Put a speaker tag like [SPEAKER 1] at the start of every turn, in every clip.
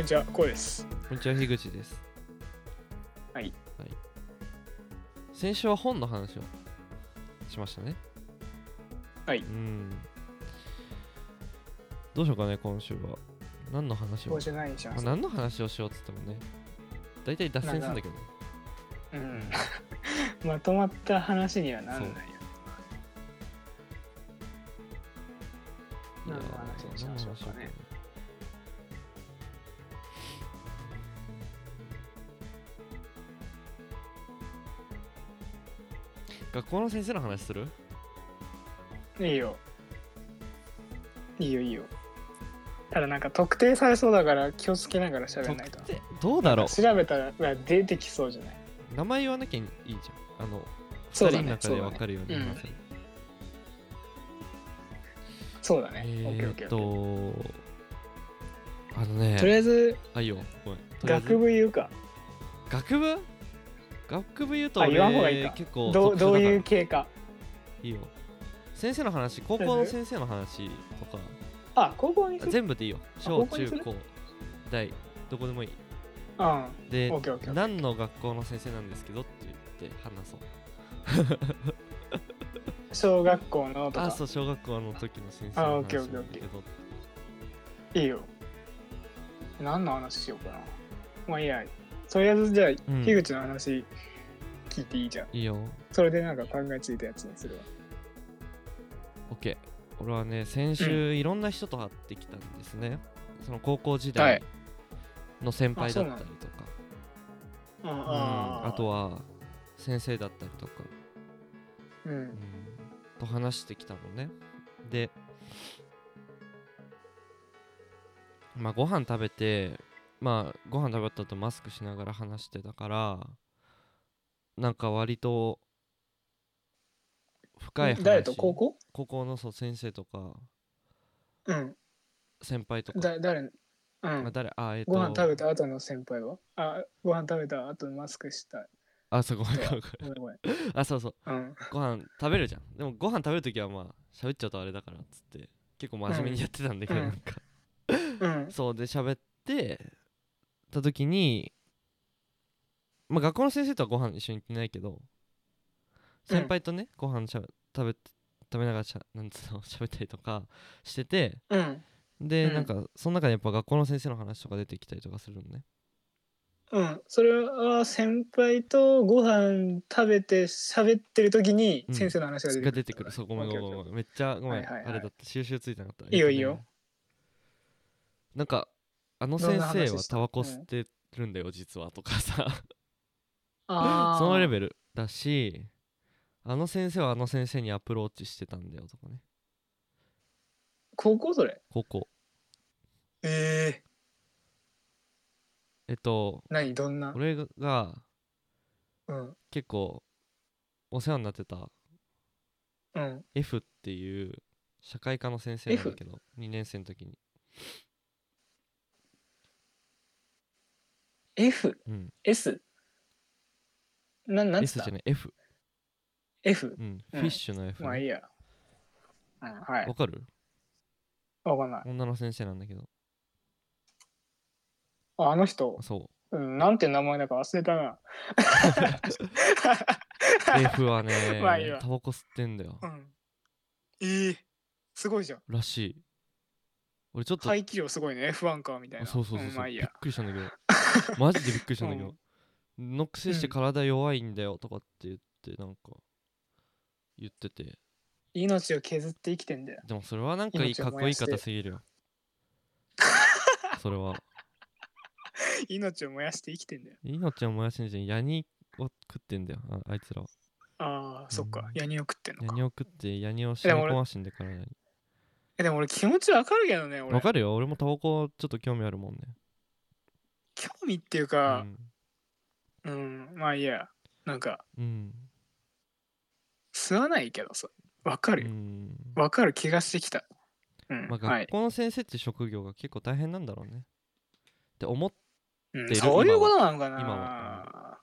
[SPEAKER 1] にちは、こうです。
[SPEAKER 2] こんにちは、樋口です。
[SPEAKER 1] はい。
[SPEAKER 2] はい、先週は本の話をしましたね。
[SPEAKER 1] はい
[SPEAKER 2] うん。どうしようかね、今週は。何の話を
[SPEAKER 1] 今。週何にしま
[SPEAKER 2] まあ
[SPEAKER 1] す
[SPEAKER 2] 何の話をしようっつってもね。大体脱線するんだけどね。
[SPEAKER 1] うん。 まとまった話にはなんないよ。
[SPEAKER 2] いや
[SPEAKER 1] 何
[SPEAKER 2] ー
[SPEAKER 1] の話をしましょうかね。
[SPEAKER 2] 学校の先生の話する
[SPEAKER 1] いいよ。いいよ、いいよ。ただなんか特定されそうだから気をつけながら喋んないと。
[SPEAKER 2] 特定どうだろ
[SPEAKER 1] 調べたら出てきそうじゃない。
[SPEAKER 2] う名前言わなきゃいいじゃん。あの、
[SPEAKER 1] そ
[SPEAKER 2] 二
[SPEAKER 1] うだ
[SPEAKER 2] 人
[SPEAKER 1] ね
[SPEAKER 2] の中で分かるように
[SPEAKER 1] そうだね
[SPEAKER 2] 話せ
[SPEAKER 1] そ
[SPEAKER 2] る。
[SPEAKER 1] うだね。オッケーオ
[SPEAKER 2] え
[SPEAKER 1] ッケ
[SPEAKER 2] ー
[SPEAKER 1] ー
[SPEAKER 2] っ
[SPEAKER 1] オッケ
[SPEAKER 2] と、あの
[SPEAKER 1] ー。とりあ
[SPEAKER 2] ね、
[SPEAKER 1] えず、
[SPEAKER 2] あ、いいよ、ごめん。とりあえず
[SPEAKER 1] 学部言うか。
[SPEAKER 2] 学部学部言うと
[SPEAKER 1] あ
[SPEAKER 2] 俺
[SPEAKER 1] 言わん方がいいか
[SPEAKER 2] 結構
[SPEAKER 1] どう
[SPEAKER 2] 特殊だ
[SPEAKER 1] ど
[SPEAKER 2] か
[SPEAKER 1] う
[SPEAKER 2] ら
[SPEAKER 1] いう系か。
[SPEAKER 2] いいよ先生の話高校の先生の話とか
[SPEAKER 1] あ、高校にする
[SPEAKER 2] 全部でいいよ小
[SPEAKER 1] 高校に
[SPEAKER 2] 中
[SPEAKER 1] する
[SPEAKER 2] 高大どこでもいい
[SPEAKER 1] うん。あ
[SPEAKER 2] で
[SPEAKER 1] オッケーオッケーオッケー
[SPEAKER 2] 何の学校の先生なんですけどって言って話そう
[SPEAKER 1] 小学校のと
[SPEAKER 2] あ
[SPEAKER 1] か
[SPEAKER 2] そ。う小学校の時の先生
[SPEAKER 1] あ
[SPEAKER 2] の
[SPEAKER 1] オッケーオ
[SPEAKER 2] 話
[SPEAKER 1] ッケー
[SPEAKER 2] な
[SPEAKER 1] オ
[SPEAKER 2] ん
[SPEAKER 1] ッ
[SPEAKER 2] だけ
[SPEAKER 1] ケー
[SPEAKER 2] ど
[SPEAKER 1] いいよ。何の話しようかな。まあいいや。とりあえずじゃあ、
[SPEAKER 2] ん
[SPEAKER 1] 樋口の話聞いていいじゃん。
[SPEAKER 2] いいよ
[SPEAKER 1] それでなんか考えついたやつにするわ。
[SPEAKER 2] オッケー俺はね先週いろんな人と会ってきたんですねその高校時代
[SPEAKER 1] はい
[SPEAKER 2] の先輩
[SPEAKER 1] あ
[SPEAKER 2] だ
[SPEAKER 1] そう
[SPEAKER 2] っ
[SPEAKER 1] なの
[SPEAKER 2] たりとか
[SPEAKER 1] うん
[SPEAKER 2] うんあとは先生だったりとか
[SPEAKER 1] う
[SPEAKER 2] うん
[SPEAKER 1] ん。
[SPEAKER 2] と話してきたのねでまあご飯食べてまあご飯食べたとマスクしながら話してたからなんか割と深い話
[SPEAKER 1] 誰と高校
[SPEAKER 2] 高校のそう先生とか
[SPEAKER 1] うん。
[SPEAKER 2] 先輩とか、
[SPEAKER 1] だ誰う
[SPEAKER 2] あ
[SPEAKER 1] ん。
[SPEAKER 2] 誰あえっ、と
[SPEAKER 1] ご飯食べた後の先輩はあ、ご飯食べた後のマスクした。
[SPEAKER 2] あそうごめんごめんご
[SPEAKER 1] ごめんごめん。
[SPEAKER 2] め んあそうそう
[SPEAKER 1] うん。
[SPEAKER 2] ご飯食べるじゃんでもご飯食べるときはまあ喋っちゃうとあれだからっつって結構真面目にやってたんだけど、
[SPEAKER 1] うん
[SPEAKER 2] なんか
[SPEAKER 1] うん。
[SPEAKER 2] そうで喋ってた時にまあ学校の先生とはご飯一緒に行ってないけど先輩とね、ご飯しゃべ食べて食べながらしゃなんつうの 喋ったりとかしてて
[SPEAKER 1] うん。
[SPEAKER 2] で、
[SPEAKER 1] うん
[SPEAKER 2] なんかその中でやっぱ学校の先生の話とか出てきたりとかするのね
[SPEAKER 1] うん。それは先輩とご飯食べて喋ってる時に
[SPEAKER 2] うん
[SPEAKER 1] 先生の話が出てくる。
[SPEAKER 2] が出てくるそうごめんごめん
[SPEAKER 1] オッケーオ
[SPEAKER 2] ご
[SPEAKER 1] ッケ
[SPEAKER 2] めんめっちゃごめん、
[SPEAKER 1] はいはいはい
[SPEAKER 2] あれだって収集ついてなかっ
[SPEAKER 1] いい
[SPEAKER 2] た
[SPEAKER 1] よ
[SPEAKER 2] えっとね
[SPEAKER 1] いいよ
[SPEAKER 2] なんかあの
[SPEAKER 1] どん
[SPEAKER 2] 先
[SPEAKER 1] な話
[SPEAKER 2] 生は
[SPEAKER 1] した
[SPEAKER 2] タバ
[SPEAKER 1] う
[SPEAKER 2] コ
[SPEAKER 1] ん
[SPEAKER 2] 吸ってるんだよ、実はとかさ
[SPEAKER 1] ーあー
[SPEAKER 2] そのレベルだしあの先生はあの先生にアプローチしてたんだよとかね
[SPEAKER 1] 高校それ
[SPEAKER 2] 高校
[SPEAKER 1] ええ
[SPEAKER 2] えっと
[SPEAKER 1] 何どんな
[SPEAKER 2] 俺が
[SPEAKER 1] うん
[SPEAKER 2] 結構お世話になってた
[SPEAKER 1] うん
[SPEAKER 2] F っていう社会科の先生なんだけど2年生の時に
[SPEAKER 1] FS
[SPEAKER 2] うん
[SPEAKER 1] S ななんつ
[SPEAKER 2] S
[SPEAKER 1] っ
[SPEAKER 2] じ
[SPEAKER 1] た
[SPEAKER 2] ゃない F
[SPEAKER 1] F
[SPEAKER 2] うんフ
[SPEAKER 1] うん
[SPEAKER 2] ィッシュの F
[SPEAKER 1] まあい
[SPEAKER 2] ね
[SPEAKER 1] いや、うん、はい
[SPEAKER 2] わかる
[SPEAKER 1] わかんない
[SPEAKER 2] 女の先生なんだけど
[SPEAKER 1] ああの人、
[SPEAKER 2] そう
[SPEAKER 1] うん、なんて名前だか忘れた な
[SPEAKER 2] F は ね
[SPEAKER 1] まあいいわ
[SPEAKER 2] タバコ吸ってんだよ
[SPEAKER 1] うんええすごいじゃん
[SPEAKER 2] らしい俺ちょっと
[SPEAKER 1] 排気量すごいね F1 カーみたい
[SPEAKER 2] あ
[SPEAKER 1] な
[SPEAKER 2] そうそうそうそう、
[SPEAKER 1] んまあいい
[SPEAKER 2] びっ
[SPEAKER 1] や
[SPEAKER 2] くりしたんだけど マジでびっくりしたんだけど、のくせして
[SPEAKER 1] うん
[SPEAKER 2] 体弱いんだよとかって言ってなんか言ってて
[SPEAKER 1] 命を削って生きてんだよ
[SPEAKER 2] でもそれはなんかいい
[SPEAKER 1] 命を
[SPEAKER 2] かっこいい言い
[SPEAKER 1] 燃やし
[SPEAKER 2] 方
[SPEAKER 1] て
[SPEAKER 2] すぎる よそれは
[SPEAKER 1] 命を燃やして生きてんだよ
[SPEAKER 2] 命を燃やしてんじゃんヤニを食ってんだよああいつらは
[SPEAKER 1] ああそっ
[SPEAKER 2] う
[SPEAKER 1] か
[SPEAKER 2] ん
[SPEAKER 1] ヤニを食ってんの
[SPEAKER 2] ヤ
[SPEAKER 1] か
[SPEAKER 2] ニを食ってヤニを染
[SPEAKER 1] でも
[SPEAKER 2] み
[SPEAKER 1] 俺
[SPEAKER 2] 込ましてんで体に
[SPEAKER 1] えでも俺気持ちわかるけどね俺
[SPEAKER 2] わかるよ俺もタバコちょっと興味あるもんね
[SPEAKER 1] 興味っていう
[SPEAKER 2] う
[SPEAKER 1] か、
[SPEAKER 2] ん、
[SPEAKER 1] うん、まあいいや。なんか、
[SPEAKER 2] うん
[SPEAKER 1] 吸わないけどさ。わか
[SPEAKER 2] う
[SPEAKER 1] るよ。
[SPEAKER 2] ん
[SPEAKER 1] わ、かる気がしてきた。うん。
[SPEAKER 2] ま
[SPEAKER 1] は
[SPEAKER 2] あ、学
[SPEAKER 1] い。
[SPEAKER 2] 校の先生って職業が結構大変なんだろうねって思っ
[SPEAKER 1] うん
[SPEAKER 2] てる
[SPEAKER 1] そういうことなのか
[SPEAKER 2] 今
[SPEAKER 1] な
[SPEAKER 2] は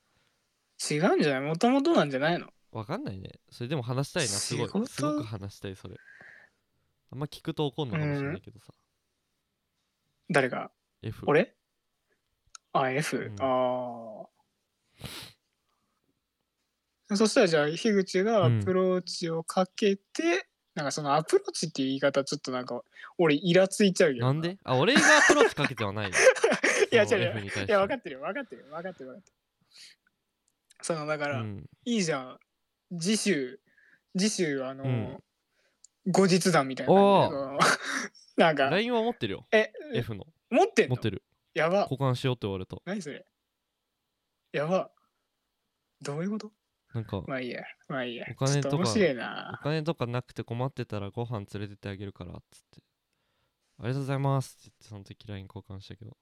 [SPEAKER 1] 違うんじゃないもともとなんじゃないの
[SPEAKER 2] わかんないね。それでも話したいな、すごい
[SPEAKER 1] 仕。事
[SPEAKER 2] すごく話したい、それ。あんま聞くと怒んのかもしれないけどさ。
[SPEAKER 1] 誰が
[SPEAKER 2] F。
[SPEAKER 1] 俺あ、S、
[SPEAKER 2] うん
[SPEAKER 1] ああ。そしたらじゃあ、樋口がアプローチをかけて、なんかそのアプローチっていう言い方、ちょっとなんか、俺、イラついちゃうけど。
[SPEAKER 2] なんであ俺がアプローチかけてはないよ
[SPEAKER 1] いや、違
[SPEAKER 2] そうの
[SPEAKER 1] 違
[SPEAKER 2] F
[SPEAKER 1] う。
[SPEAKER 2] に対し
[SPEAKER 1] い
[SPEAKER 2] て
[SPEAKER 1] や、分かってるよ、分かってるよ、分かってる、分かってる。その、だから、
[SPEAKER 2] うん
[SPEAKER 1] いいじゃん。次週、次週、あの、
[SPEAKER 2] うん
[SPEAKER 1] 後日談みたいな感じで。その なんか、
[SPEAKER 2] LINE は持ってるよ
[SPEAKER 1] え、
[SPEAKER 2] F の
[SPEAKER 1] 持ってん
[SPEAKER 2] 持
[SPEAKER 1] の
[SPEAKER 2] ってる
[SPEAKER 1] やば。
[SPEAKER 2] 交換しようって言われた
[SPEAKER 1] 何それやば。どういうこと
[SPEAKER 2] なんか
[SPEAKER 1] まあいいや、まあいいや。
[SPEAKER 2] お金
[SPEAKER 1] ちょ
[SPEAKER 2] と
[SPEAKER 1] っと
[SPEAKER 2] か
[SPEAKER 1] 面白い
[SPEAKER 2] お
[SPEAKER 1] な。
[SPEAKER 2] 金とかなくて困ってたらご飯連れてってあげるからっつってありがとうございますって言ってその時 LINE 交換したけど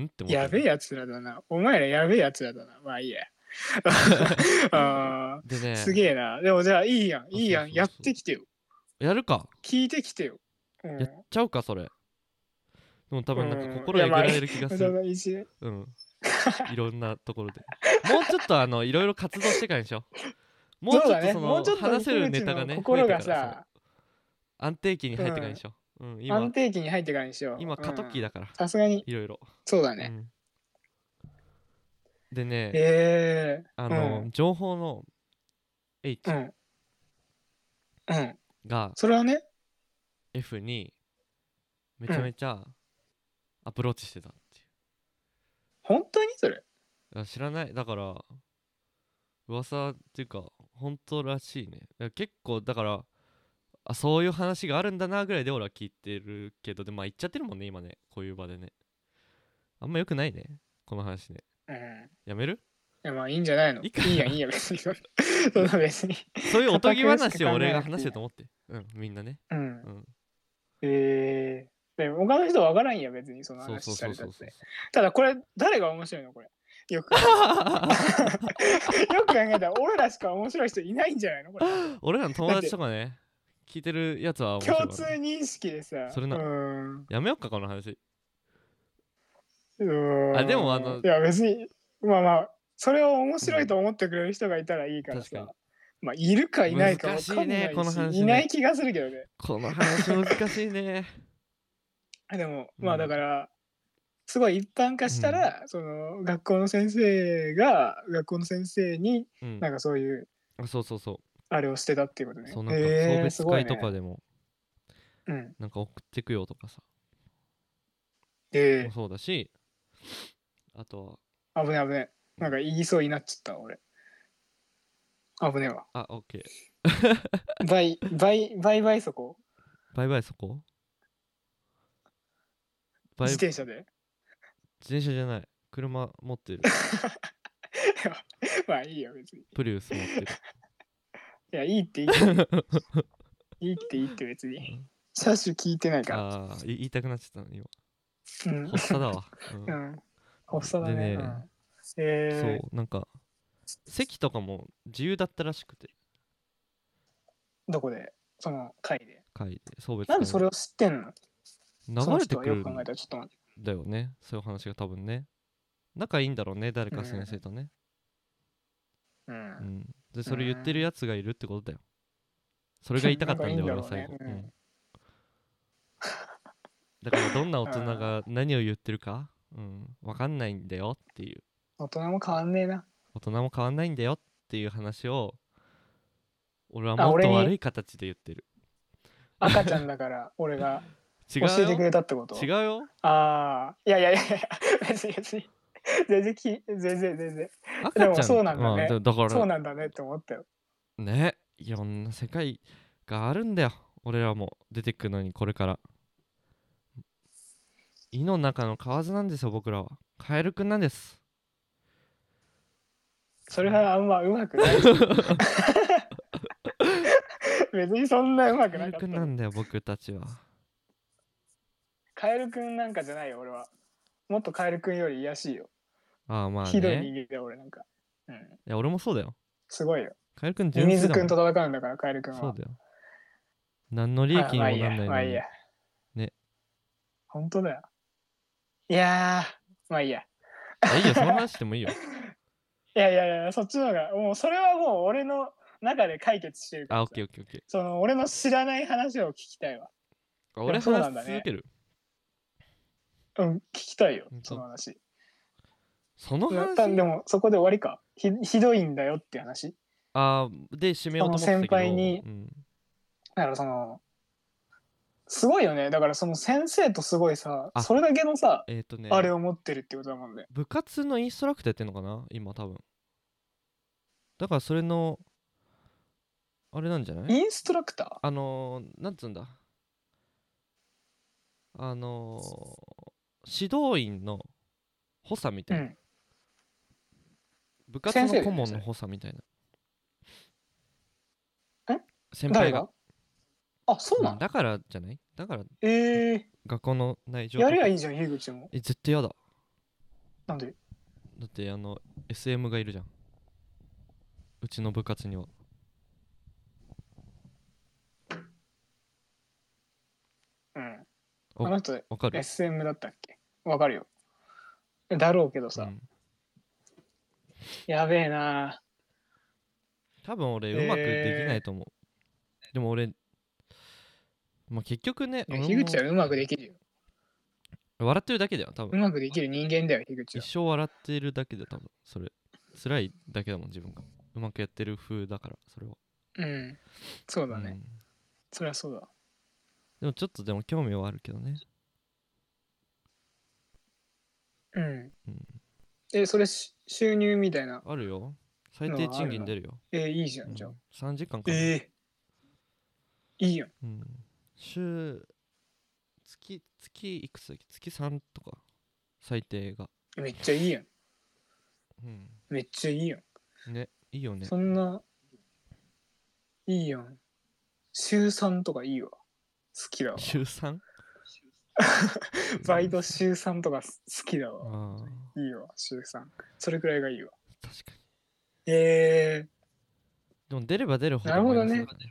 [SPEAKER 2] んって思った
[SPEAKER 1] やべえやつらだな。お前らやべえやつらだな。まあいい や。あ
[SPEAKER 2] で
[SPEAKER 1] ー
[SPEAKER 2] ね
[SPEAKER 1] すげえな。でもじゃあいいやん、いいや
[SPEAKER 2] そ
[SPEAKER 1] ん。
[SPEAKER 2] うそうそう
[SPEAKER 1] やってきてよ。
[SPEAKER 2] やるか
[SPEAKER 1] 聞いてきてよ。う
[SPEAKER 2] やっ
[SPEAKER 1] ん。
[SPEAKER 2] ちゃうかそれでも多分なん
[SPEAKER 1] うん
[SPEAKER 2] か心えぐられる気がす
[SPEAKER 1] 無駄
[SPEAKER 2] る
[SPEAKER 1] な一年
[SPEAKER 2] うんいろんなところでもうちょっとあのいろいろ活動してからにしようもうちょ
[SPEAKER 1] そうだ
[SPEAKER 2] っと
[SPEAKER 1] ね。
[SPEAKER 2] そ
[SPEAKER 1] もう
[SPEAKER 2] の
[SPEAKER 1] ちょっと
[SPEAKER 2] 話せるネタ
[SPEAKER 1] 井
[SPEAKER 2] が
[SPEAKER 1] 口の
[SPEAKER 2] ね
[SPEAKER 1] 心
[SPEAKER 2] 増え
[SPEAKER 1] が
[SPEAKER 2] てからそう
[SPEAKER 1] さ、
[SPEAKER 2] 安定期に入ってからにしよううん今
[SPEAKER 1] 安定期に入ってからにしよう。
[SPEAKER 2] 今過渡期
[SPEAKER 1] だ。
[SPEAKER 2] だから
[SPEAKER 1] さすがに、
[SPEAKER 2] いろいろ
[SPEAKER 1] そうだ
[SPEAKER 2] う
[SPEAKER 1] ね。
[SPEAKER 2] んでね
[SPEAKER 1] え
[SPEAKER 2] あの、
[SPEAKER 1] うん
[SPEAKER 2] 情報の H
[SPEAKER 1] え。うん。うん。
[SPEAKER 2] が
[SPEAKER 1] それはね、
[SPEAKER 2] F にめちゃめちゃアプローチしてたってい
[SPEAKER 1] 本当にそれ。
[SPEAKER 2] う、いや知らないだから噂っていうか本当らしいねいや結構だからあそういう話があるんだなぐらいで俺は聞いてるけどでもまあ言っちゃってるもんね今ねこういう場でねあんま良くないねこの話ね
[SPEAKER 1] うん。
[SPEAKER 2] やめる
[SPEAKER 1] いやまあいいんじゃないの
[SPEAKER 2] い
[SPEAKER 1] い
[SPEAKER 2] いか
[SPEAKER 1] いやんいいや別にそんな別に
[SPEAKER 2] そういうおとぎ
[SPEAKER 1] 堅苦しく考えなくていい
[SPEAKER 2] 話を俺が話してると思ってうんみんなね
[SPEAKER 1] うん
[SPEAKER 2] うん
[SPEAKER 1] えー、でも他の人は分からんや別にその
[SPEAKER 2] そうそ
[SPEAKER 1] 話さ
[SPEAKER 2] うそう
[SPEAKER 1] れたっ
[SPEAKER 2] そうそう
[SPEAKER 1] てただこれ誰が面白いのこれよくよく考えたら俺らしか面白い人いないんじゃないのこれ
[SPEAKER 2] 俺らの友達とかね聞いてるやつは面白いわ
[SPEAKER 1] 共通
[SPEAKER 2] ね
[SPEAKER 1] 認識でさ
[SPEAKER 2] それな
[SPEAKER 1] うーん
[SPEAKER 2] やめよっかこの話
[SPEAKER 1] うーん
[SPEAKER 2] あでもあの
[SPEAKER 1] いや別にまあまあそれを面白いと思ってくれる人がいたらいいから
[SPEAKER 2] 確かに
[SPEAKER 1] さまあいるかいないか分かんないし
[SPEAKER 2] 難しいねこの話ね
[SPEAKER 1] いない気がするけどね
[SPEAKER 2] この話難しいね
[SPEAKER 1] あでも
[SPEAKER 2] うん
[SPEAKER 1] まあだから、すごい一般化したら、その学校の先生が学校の先生に
[SPEAKER 2] うん
[SPEAKER 1] なんかそういう
[SPEAKER 2] あそうそうそ
[SPEAKER 1] あれをしてたっていうこと
[SPEAKER 2] う
[SPEAKER 1] ね。
[SPEAKER 2] そうなんか
[SPEAKER 1] へ
[SPEAKER 2] 送
[SPEAKER 1] え
[SPEAKER 2] 別
[SPEAKER 1] すごい
[SPEAKER 2] 会
[SPEAKER 1] ね
[SPEAKER 2] とかでも
[SPEAKER 1] うん、
[SPEAKER 2] なんか送ってくよとかさ
[SPEAKER 1] え
[SPEAKER 2] もそうだしあとは
[SPEAKER 1] ー、危ね危ね。なんか言いそうになっちゃった俺。危ねえわ。
[SPEAKER 2] あオッケー
[SPEAKER 1] 倍倍倍倍速
[SPEAKER 2] バイバイそこバイ
[SPEAKER 1] 自
[SPEAKER 2] 自
[SPEAKER 1] 転車で。
[SPEAKER 2] 転車じゃない車持ってる
[SPEAKER 1] まあいいよ別に。い
[SPEAKER 2] プリウス持ってる
[SPEAKER 1] やいいって いいって。いいっていいって別に。車種聞いて ないから。
[SPEAKER 2] あーい言いたくなっちゃったの今
[SPEAKER 1] うん
[SPEAKER 2] 発作だわ、うん
[SPEAKER 1] うん。発作だね。
[SPEAKER 2] でね
[SPEAKER 1] うん、えー、
[SPEAKER 2] そうなんか席とかも自由だったらしくて
[SPEAKER 1] どこでその会で。
[SPEAKER 2] 会で送別
[SPEAKER 1] なん
[SPEAKER 2] 会
[SPEAKER 1] でそれを知ってんのそ
[SPEAKER 2] 流
[SPEAKER 1] の
[SPEAKER 2] れて
[SPEAKER 1] 人は
[SPEAKER 2] く
[SPEAKER 1] よ
[SPEAKER 2] る
[SPEAKER 1] く考
[SPEAKER 2] ん
[SPEAKER 1] えたらちょっと待って。
[SPEAKER 2] だよねそういう話が多分ね仲いいんだろうね誰か先生とね、
[SPEAKER 1] う。
[SPEAKER 2] うんん、でそれ言ってるやつがいるってことだよそれが言いたかったんだよ
[SPEAKER 1] 仲いいんだ
[SPEAKER 2] 俺は
[SPEAKER 1] ろうね
[SPEAKER 2] 最後、
[SPEAKER 1] う
[SPEAKER 2] うんん、だからどんな大人が何を言ってるか、うん、分かんないんだよっていう
[SPEAKER 1] 大人も変わんねえな。
[SPEAKER 2] 大人も変わんないんだよっていう話を俺は
[SPEAKER 1] あ
[SPEAKER 2] もっ
[SPEAKER 1] 俺
[SPEAKER 2] と
[SPEAKER 1] に
[SPEAKER 2] 悪い形で言ってる
[SPEAKER 1] 赤ちゃんだから俺が
[SPEAKER 2] 違う
[SPEAKER 1] 教えてく
[SPEAKER 2] よ
[SPEAKER 1] れたってこと。
[SPEAKER 2] 違うよ
[SPEAKER 1] ああ。いやいやいやいや、別に別に。全然き、全然全然。
[SPEAKER 2] 赤ちゃん
[SPEAKER 1] でもそうなんだね
[SPEAKER 2] うだか
[SPEAKER 1] そう
[SPEAKER 2] ら
[SPEAKER 1] なんだねって思ったよ。
[SPEAKER 2] ねいろんな世界があるんだよ俺らも出てくのにこれから胃の中の蛙なんですよ僕らはカエルくんなんです
[SPEAKER 1] それはあんまうまくない。別にそんなうまく
[SPEAKER 2] カエ
[SPEAKER 1] な
[SPEAKER 2] ル
[SPEAKER 1] かった
[SPEAKER 2] くんなんだよ僕たちは
[SPEAKER 1] カエルくんなんかじゃないよ、俺は。もっとカエルくんより癒やしいよ。
[SPEAKER 2] ああまあ
[SPEAKER 1] ひどい
[SPEAKER 2] ね
[SPEAKER 1] 人間だよ、俺なんか。うん。
[SPEAKER 2] いや俺もそうだよ
[SPEAKER 1] すごいよ。
[SPEAKER 2] カエルくん
[SPEAKER 1] ミ
[SPEAKER 2] 純
[SPEAKER 1] ミ
[SPEAKER 2] 粋
[SPEAKER 1] ズ
[SPEAKER 2] だ
[SPEAKER 1] く
[SPEAKER 2] もん
[SPEAKER 1] んと戦うんだから、カエルくんは。
[SPEAKER 2] そうだよ何の利益にもなんな
[SPEAKER 1] あ
[SPEAKER 2] い
[SPEAKER 1] まあい
[SPEAKER 2] の
[SPEAKER 1] いや。
[SPEAKER 2] に
[SPEAKER 1] まあいいや
[SPEAKER 2] ね。
[SPEAKER 1] 本当だよ。いやー、まあいいや。
[SPEAKER 2] あいいよその話してもいいよ
[SPEAKER 1] いやいやいや、そっちの方が、もうそれはもう俺の中で解決してるから
[SPEAKER 2] あ
[SPEAKER 1] さ。
[SPEAKER 2] オッケーオッケーオッケ
[SPEAKER 1] その俺の知らない話を聞きたいわ。
[SPEAKER 2] ー俺
[SPEAKER 1] そうな
[SPEAKER 2] 話
[SPEAKER 1] んだ
[SPEAKER 2] し
[SPEAKER 1] ね
[SPEAKER 2] 続ける
[SPEAKER 1] うん、聞きたいよ
[SPEAKER 2] ほん、と
[SPEAKER 1] その話。
[SPEAKER 2] その
[SPEAKER 1] だ
[SPEAKER 2] 話
[SPEAKER 1] たでもそこで終わりかひひどいんだよって話
[SPEAKER 2] あーで締めようと思ってたけ
[SPEAKER 1] その
[SPEAKER 2] ど
[SPEAKER 1] 先輩に
[SPEAKER 2] うん
[SPEAKER 1] だからそのすごいよねだからその先生とすごいさ
[SPEAKER 2] あ
[SPEAKER 1] それだけのさ
[SPEAKER 2] えっ、とね
[SPEAKER 1] あれを持ってるってことだもんね
[SPEAKER 2] 部活のインストラクターやってんのかな今多分だからそれのあれなんじゃない
[SPEAKER 1] インストラクタ
[SPEAKER 2] あのー、なんつうんだあのー、指導員の補佐み
[SPEAKER 1] ー
[SPEAKER 2] た
[SPEAKER 1] う
[SPEAKER 2] いな、
[SPEAKER 1] ん
[SPEAKER 2] 部活の
[SPEAKER 1] 先生だよね
[SPEAKER 2] 顧問
[SPEAKER 1] そ
[SPEAKER 2] の
[SPEAKER 1] れ
[SPEAKER 2] 補佐みたいな
[SPEAKER 1] え
[SPEAKER 2] 先
[SPEAKER 1] 誰
[SPEAKER 2] 輩が
[SPEAKER 1] があそうな
[SPEAKER 2] うんん
[SPEAKER 1] だ
[SPEAKER 2] だからじゃないだから
[SPEAKER 1] ええ
[SPEAKER 2] 学校の内情
[SPEAKER 1] やりゃ
[SPEAKER 2] とか
[SPEAKER 1] いいじゃん樋口でも
[SPEAKER 2] え絶対やだ
[SPEAKER 1] なんで
[SPEAKER 2] だってあの SM がいるじゃんうちの部活には
[SPEAKER 1] うん
[SPEAKER 2] お
[SPEAKER 1] あの人
[SPEAKER 2] わかる
[SPEAKER 1] SM だったっけわかるよだろうけどさ、
[SPEAKER 2] うん
[SPEAKER 1] やべえな
[SPEAKER 2] 多分俺うまくできないと思う、でも俺まあ結局ね俺も
[SPEAKER 1] 樋口はうまくできるよ
[SPEAKER 2] 笑ってるだけだよ多
[SPEAKER 1] う
[SPEAKER 2] 分
[SPEAKER 1] まくできる人間だよ樋口
[SPEAKER 2] 一
[SPEAKER 1] は
[SPEAKER 2] 生笑ってるだけだよ多分それ辛いだけだもん自分がうまくやってる風だからそれは
[SPEAKER 1] うんそうだね、
[SPEAKER 2] うん
[SPEAKER 1] そりゃそうだ
[SPEAKER 2] でもちょっとでも興味はあるけどね
[SPEAKER 1] うん、
[SPEAKER 2] うん
[SPEAKER 1] えそれし収入みたいな
[SPEAKER 2] あるよ最
[SPEAKER 1] うん
[SPEAKER 2] 低
[SPEAKER 1] あ
[SPEAKER 2] 賃
[SPEAKER 1] る
[SPEAKER 2] 金
[SPEAKER 1] な
[SPEAKER 2] 出るよ、
[SPEAKER 1] えいいじゃ
[SPEAKER 2] うん
[SPEAKER 1] んじゃあ、
[SPEAKER 2] 3時間かな、
[SPEAKER 1] ええいいよ
[SPEAKER 2] うん、週月月いくつだっけ月3とか最低が
[SPEAKER 1] めっちゃいいやん
[SPEAKER 2] うん
[SPEAKER 1] めっちゃいいやん、
[SPEAKER 2] ねいいよね
[SPEAKER 1] そんないいやん週3とかいいわ好きだわ
[SPEAKER 2] 週 3?
[SPEAKER 1] バイト週3とかす好きだ
[SPEAKER 2] あ
[SPEAKER 1] わ
[SPEAKER 2] あ
[SPEAKER 1] いいわ週3それくらいがいいわ
[SPEAKER 2] 確かに
[SPEAKER 1] え
[SPEAKER 2] でも出れば出るほど
[SPEAKER 1] なるほどね
[SPEAKER 2] マイナスだから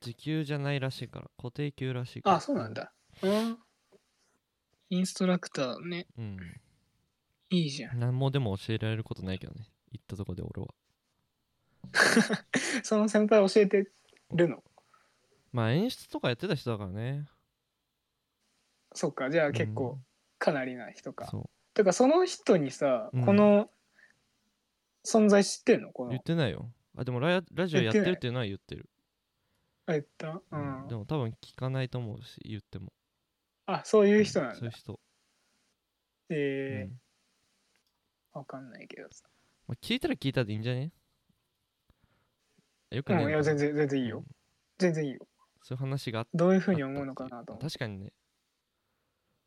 [SPEAKER 2] 時給じゃないらしいから固定給らしい
[SPEAKER 1] ー、
[SPEAKER 2] から
[SPEAKER 1] あそうなんだうんインストラクターね
[SPEAKER 2] うん
[SPEAKER 1] いいじゃん
[SPEAKER 2] 何もでも教えられることないけどね行ったとこで俺は
[SPEAKER 1] その先輩教えてるの
[SPEAKER 2] まあ演出とかやってた人だからね
[SPEAKER 1] そっかじゃあ結
[SPEAKER 2] う
[SPEAKER 1] 構
[SPEAKER 2] ん
[SPEAKER 1] かなりな人か、
[SPEAKER 2] そ
[SPEAKER 1] てかその人にさ、
[SPEAKER 2] うん
[SPEAKER 1] この存在知ってんのこ
[SPEAKER 2] う
[SPEAKER 1] の
[SPEAKER 2] 言ってないよあでもララジオやってるっていうのは言ってる
[SPEAKER 1] あ言ったう
[SPEAKER 2] うん
[SPEAKER 1] ん、
[SPEAKER 2] でも多分聞かないと思うし言っても
[SPEAKER 1] あそういう人なん
[SPEAKER 2] そうい
[SPEAKER 1] だ
[SPEAKER 2] う人
[SPEAKER 1] え
[SPEAKER 2] うん
[SPEAKER 1] ーわかんないけどさ
[SPEAKER 2] まあ、聞いたら聞いたでいいんじゃねよく
[SPEAKER 1] う
[SPEAKER 2] ねえ
[SPEAKER 1] んい
[SPEAKER 2] のか
[SPEAKER 1] や
[SPEAKER 2] な
[SPEAKER 1] 全然全然いいよ
[SPEAKER 2] うん
[SPEAKER 1] 全然いいよ
[SPEAKER 2] そういう話があった
[SPEAKER 1] どういうふうに思うのかなと思
[SPEAKER 2] 確かにね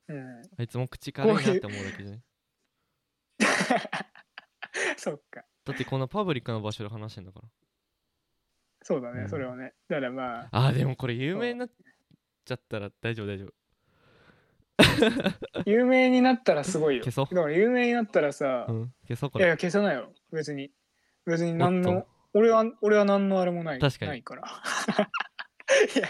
[SPEAKER 1] う、うん、
[SPEAKER 2] あいつも口軽いな
[SPEAKER 1] こ
[SPEAKER 2] っ
[SPEAKER 1] ういう
[SPEAKER 2] て思うだけじゃね
[SPEAKER 1] そっか
[SPEAKER 2] だってこんなパブリックな場所で話してんだから
[SPEAKER 1] そうだ
[SPEAKER 2] う
[SPEAKER 1] ね
[SPEAKER 2] ん
[SPEAKER 1] それはねだからまあ
[SPEAKER 2] あーでもこれ有名になっちゃったら大丈夫大丈夫
[SPEAKER 1] 有名になったらすごいよ
[SPEAKER 2] 消そ
[SPEAKER 1] だから有名になったらさ、
[SPEAKER 2] ううん消そうこ
[SPEAKER 1] いやい
[SPEAKER 2] れ
[SPEAKER 1] や消さないよ別に別に
[SPEAKER 2] もっと
[SPEAKER 1] 何の俺は俺は何のあれもない
[SPEAKER 2] 確かに
[SPEAKER 1] ないから いや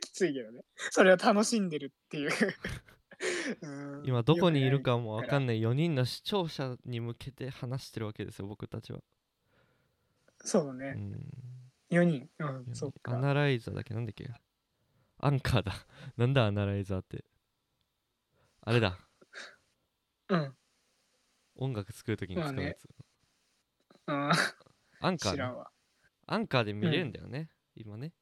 [SPEAKER 1] きついけどねそれは楽しんでるっていう うん
[SPEAKER 2] 今どこにいるかもわかんない4人の視聴者に向けて話してるわけですよ僕たちは
[SPEAKER 1] そうだ
[SPEAKER 2] う
[SPEAKER 1] ね
[SPEAKER 2] ん
[SPEAKER 1] 4人うん
[SPEAKER 2] 4
[SPEAKER 1] そっ
[SPEAKER 2] 人
[SPEAKER 1] か
[SPEAKER 2] アナライザーだっけなんだっけアンカーだ なんだアナライザーってあれだ
[SPEAKER 1] うん
[SPEAKER 2] 音楽作るときに使うやつ、
[SPEAKER 1] うん
[SPEAKER 2] アンカ
[SPEAKER 1] 知
[SPEAKER 2] ーね
[SPEAKER 1] らんわ
[SPEAKER 2] アンカーで見れるんだよね、今ね。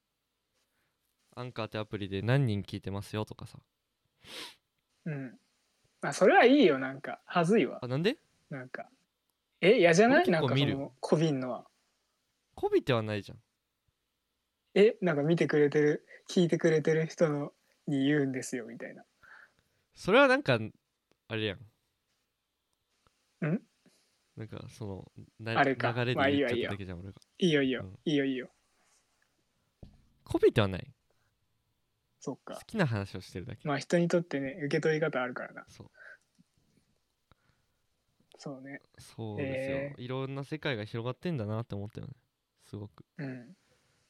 [SPEAKER 2] アンカーってアプリで何人聞いてますよとかさ。
[SPEAKER 1] うんあそれはいいよなんかはずいわ
[SPEAKER 2] あ、なんで
[SPEAKER 1] なんかえ嫌じゃない
[SPEAKER 2] 俺
[SPEAKER 1] な
[SPEAKER 2] 結
[SPEAKER 1] ん
[SPEAKER 2] 構
[SPEAKER 1] か
[SPEAKER 2] 見
[SPEAKER 1] そ
[SPEAKER 2] る
[SPEAKER 1] のこびんのは
[SPEAKER 2] こびてはないじゃん。
[SPEAKER 1] えなんか見てくれてる聞いてくれてる人のに言うんですよみたいな
[SPEAKER 2] それはなんか、あれやん。
[SPEAKER 1] ん
[SPEAKER 2] なんか、その、な
[SPEAKER 1] あれか
[SPEAKER 2] 流れ
[SPEAKER 1] まあ
[SPEAKER 2] で
[SPEAKER 1] いい
[SPEAKER 2] 言っ
[SPEAKER 1] わ
[SPEAKER 2] ちゃ
[SPEAKER 1] いい
[SPEAKER 2] っ
[SPEAKER 1] わ
[SPEAKER 2] ただけじゃん、俺が。
[SPEAKER 1] いいよいいよ、
[SPEAKER 2] うん
[SPEAKER 1] いいよいいよ
[SPEAKER 2] こびてはない。
[SPEAKER 1] そっ
[SPEAKER 2] 好
[SPEAKER 1] か
[SPEAKER 2] きな話をしてるだけ。
[SPEAKER 1] まあ人にとってね受け取り方あるからな
[SPEAKER 2] そう。
[SPEAKER 1] そうね
[SPEAKER 2] そうですよ、
[SPEAKER 1] え
[SPEAKER 2] いろんな世界が広がってんだなって思ったよね。すごく。
[SPEAKER 1] うん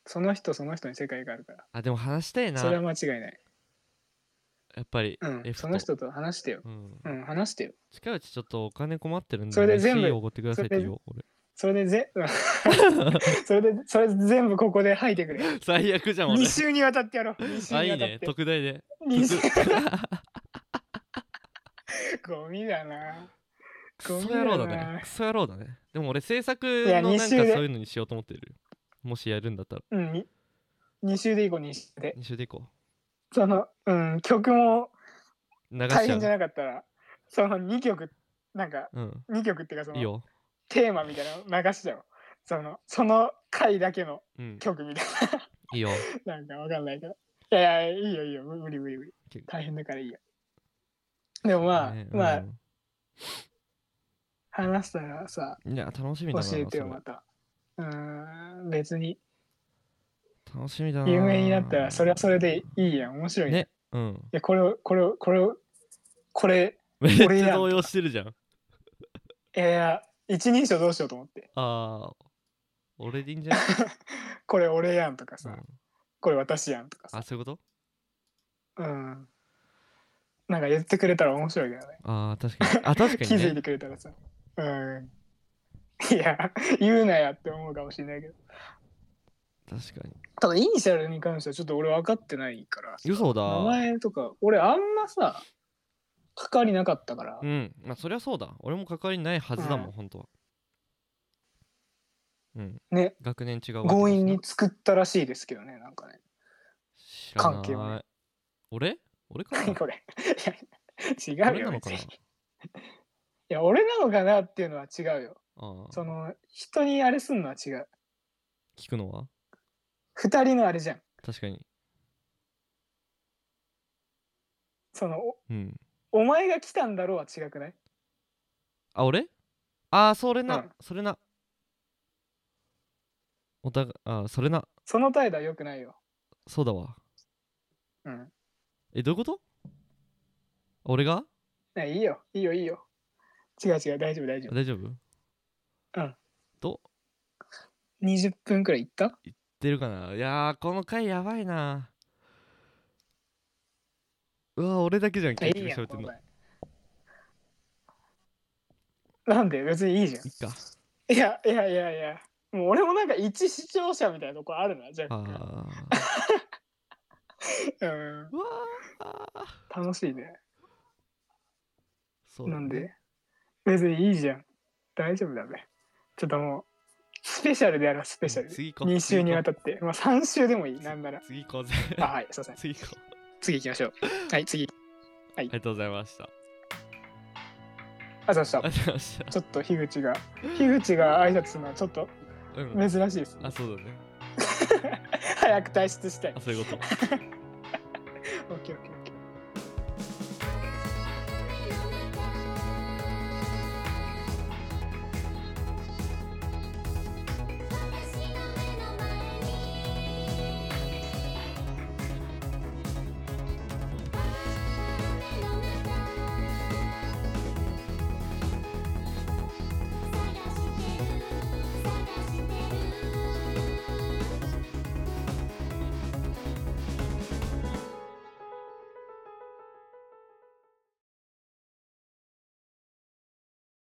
[SPEAKER 1] その人その人に世界があるから
[SPEAKER 2] あ、でも話したいな。
[SPEAKER 1] それは
[SPEAKER 2] や
[SPEAKER 1] 間違いない
[SPEAKER 2] っぱり。
[SPEAKER 1] うん
[SPEAKER 2] F
[SPEAKER 1] その人と話してよ
[SPEAKER 2] うん
[SPEAKER 1] うん話してよ
[SPEAKER 2] 近いうちちょっとお金困ってるんで、
[SPEAKER 1] それで全部
[SPEAKER 2] 飯おごってくださいって言おう、俺。
[SPEAKER 1] それでぜ それでそれで全部ここで吐いてくれ
[SPEAKER 2] 最悪じゃん、俺
[SPEAKER 1] 2。週にわたってやろう2週
[SPEAKER 2] あ、
[SPEAKER 1] に
[SPEAKER 2] いい
[SPEAKER 1] わたっ
[SPEAKER 2] ね。
[SPEAKER 1] て
[SPEAKER 2] 特大で。
[SPEAKER 1] 二週ゴミだな
[SPEAKER 2] クソ野郎だ
[SPEAKER 1] ゴミだ
[SPEAKER 2] ね
[SPEAKER 1] な
[SPEAKER 2] クソ野郎だねでも俺制作
[SPEAKER 1] いや
[SPEAKER 2] のなんか
[SPEAKER 1] 二
[SPEAKER 2] そう
[SPEAKER 1] 周で
[SPEAKER 2] いうのにしようと思ってるもしやるんだったら
[SPEAKER 1] うんに2週でいい2週で
[SPEAKER 2] 2週でいこ
[SPEAKER 1] そのうん曲も
[SPEAKER 2] う流
[SPEAKER 1] 大
[SPEAKER 2] しちゃ
[SPEAKER 1] 変じゃ
[SPEAKER 2] う
[SPEAKER 1] なかったらその2曲なんか
[SPEAKER 2] うん
[SPEAKER 1] 2曲っていうかそ
[SPEAKER 2] いい
[SPEAKER 1] の
[SPEAKER 2] よ
[SPEAKER 1] テーマみたいなの流しちゃおうそのその回だけの
[SPEAKER 2] うん
[SPEAKER 1] 曲みたい
[SPEAKER 2] いいよ
[SPEAKER 1] ななんかわかんないけどいやいやいいよいいよ無無理無理無理
[SPEAKER 2] 結構
[SPEAKER 1] 大変だからいいよでもまあ、
[SPEAKER 2] ね
[SPEAKER 1] まあ、
[SPEAKER 2] うん
[SPEAKER 1] 話したらさ
[SPEAKER 2] いや楽しみ
[SPEAKER 1] 教
[SPEAKER 2] だな
[SPEAKER 1] えてよ
[SPEAKER 2] それ
[SPEAKER 1] またうーん別に
[SPEAKER 2] 楽しみだな
[SPEAKER 1] 有名になったらそれはそれでいいやん面白いやん
[SPEAKER 2] ねうん
[SPEAKER 1] いやこれをこれをこれをこれ
[SPEAKER 2] めっ
[SPEAKER 1] 俺
[SPEAKER 2] ち
[SPEAKER 1] やん
[SPEAKER 2] ゃ動揺してるじゃん
[SPEAKER 1] いやいや一人称どうしようと思って
[SPEAKER 2] あー俺でいいんじゃない、
[SPEAKER 1] これ俺やんとかさ、
[SPEAKER 2] うん
[SPEAKER 1] これ私やんとかさ
[SPEAKER 2] あそういうこと
[SPEAKER 1] うんなんか言ってくれたら面白いけどね
[SPEAKER 2] あー確かにあ確
[SPEAKER 1] 気
[SPEAKER 2] か
[SPEAKER 1] づ
[SPEAKER 2] に
[SPEAKER 1] い
[SPEAKER 2] ね
[SPEAKER 1] てくれたらさうんいや言うなやって思うかもしれないけど
[SPEAKER 2] 確かに
[SPEAKER 1] ただイニシャルに関してはちょっと俺分かってないから
[SPEAKER 2] 嘘だ
[SPEAKER 1] 名前とか俺あんまさ関わりなかったから、
[SPEAKER 2] うんまあそりゃそうだ俺も関わりないはずだもん、
[SPEAKER 1] うん
[SPEAKER 2] 本当はうん
[SPEAKER 1] ね
[SPEAKER 2] 学年違うわけだしな
[SPEAKER 1] 強引に作ったらしいですけどねなんかね
[SPEAKER 2] 知らない
[SPEAKER 1] 関係をね
[SPEAKER 2] 俺俺か
[SPEAKER 1] 何
[SPEAKER 2] な
[SPEAKER 1] これいや違う
[SPEAKER 2] 俺
[SPEAKER 1] よ
[SPEAKER 2] なの
[SPEAKER 1] 別に
[SPEAKER 2] かない
[SPEAKER 1] や俺なのかなっていうのは違うよ
[SPEAKER 2] あー
[SPEAKER 1] その人にあれすんのは違う
[SPEAKER 2] 聞くのは
[SPEAKER 1] 二人のあれじゃん
[SPEAKER 2] 確かに
[SPEAKER 1] そのお
[SPEAKER 2] うん
[SPEAKER 1] お前が来たんだろうは違くない
[SPEAKER 2] あ俺ああそれな、
[SPEAKER 1] うん
[SPEAKER 2] それなおたがあーそれな
[SPEAKER 1] その態度は良くないよ
[SPEAKER 2] そうだわ
[SPEAKER 1] うん
[SPEAKER 2] えどういうこと俺が
[SPEAKER 1] いやいいよいいよいいよ違う違う大丈夫大丈夫
[SPEAKER 2] 大丈夫
[SPEAKER 1] うん
[SPEAKER 2] ど
[SPEAKER 1] 20分くらいいった
[SPEAKER 2] 出るかないやーこの回やばいなうわ俺だけじゃん
[SPEAKER 1] あ
[SPEAKER 2] 結
[SPEAKER 1] いい
[SPEAKER 2] 局
[SPEAKER 1] やん
[SPEAKER 2] 喋ってん
[SPEAKER 1] この
[SPEAKER 2] のい
[SPEAKER 1] 前なんで別にいいじゃん
[SPEAKER 2] いか
[SPEAKER 1] いやいやいやいやもう俺もなんか一視聴者みたいなとこあるなじゃあ、
[SPEAKER 2] あー
[SPEAKER 1] うん、
[SPEAKER 2] うわー
[SPEAKER 1] 楽しいね
[SPEAKER 2] そうだ
[SPEAKER 1] なん
[SPEAKER 2] ね
[SPEAKER 1] で別にいいじゃん大丈夫だねちょっともうスペシャルでやろうスペシャルで
[SPEAKER 2] 次行こう
[SPEAKER 1] 2週にわた
[SPEAKER 2] っ
[SPEAKER 1] って、まあ、3週でもいいなんなら
[SPEAKER 2] 次行こうぜ
[SPEAKER 1] あはいすいません
[SPEAKER 2] 次行こう
[SPEAKER 1] 次行きましょうはい次
[SPEAKER 2] ありがとうございました
[SPEAKER 1] あざした
[SPEAKER 2] ありがとうございました
[SPEAKER 1] ちょっと樋口が樋口が挨拶するのはちょっと
[SPEAKER 2] うん
[SPEAKER 1] 珍しいです ね
[SPEAKER 2] あそうだね
[SPEAKER 1] 早く退出したい
[SPEAKER 2] あそういうこと
[SPEAKER 1] オッケーオッケー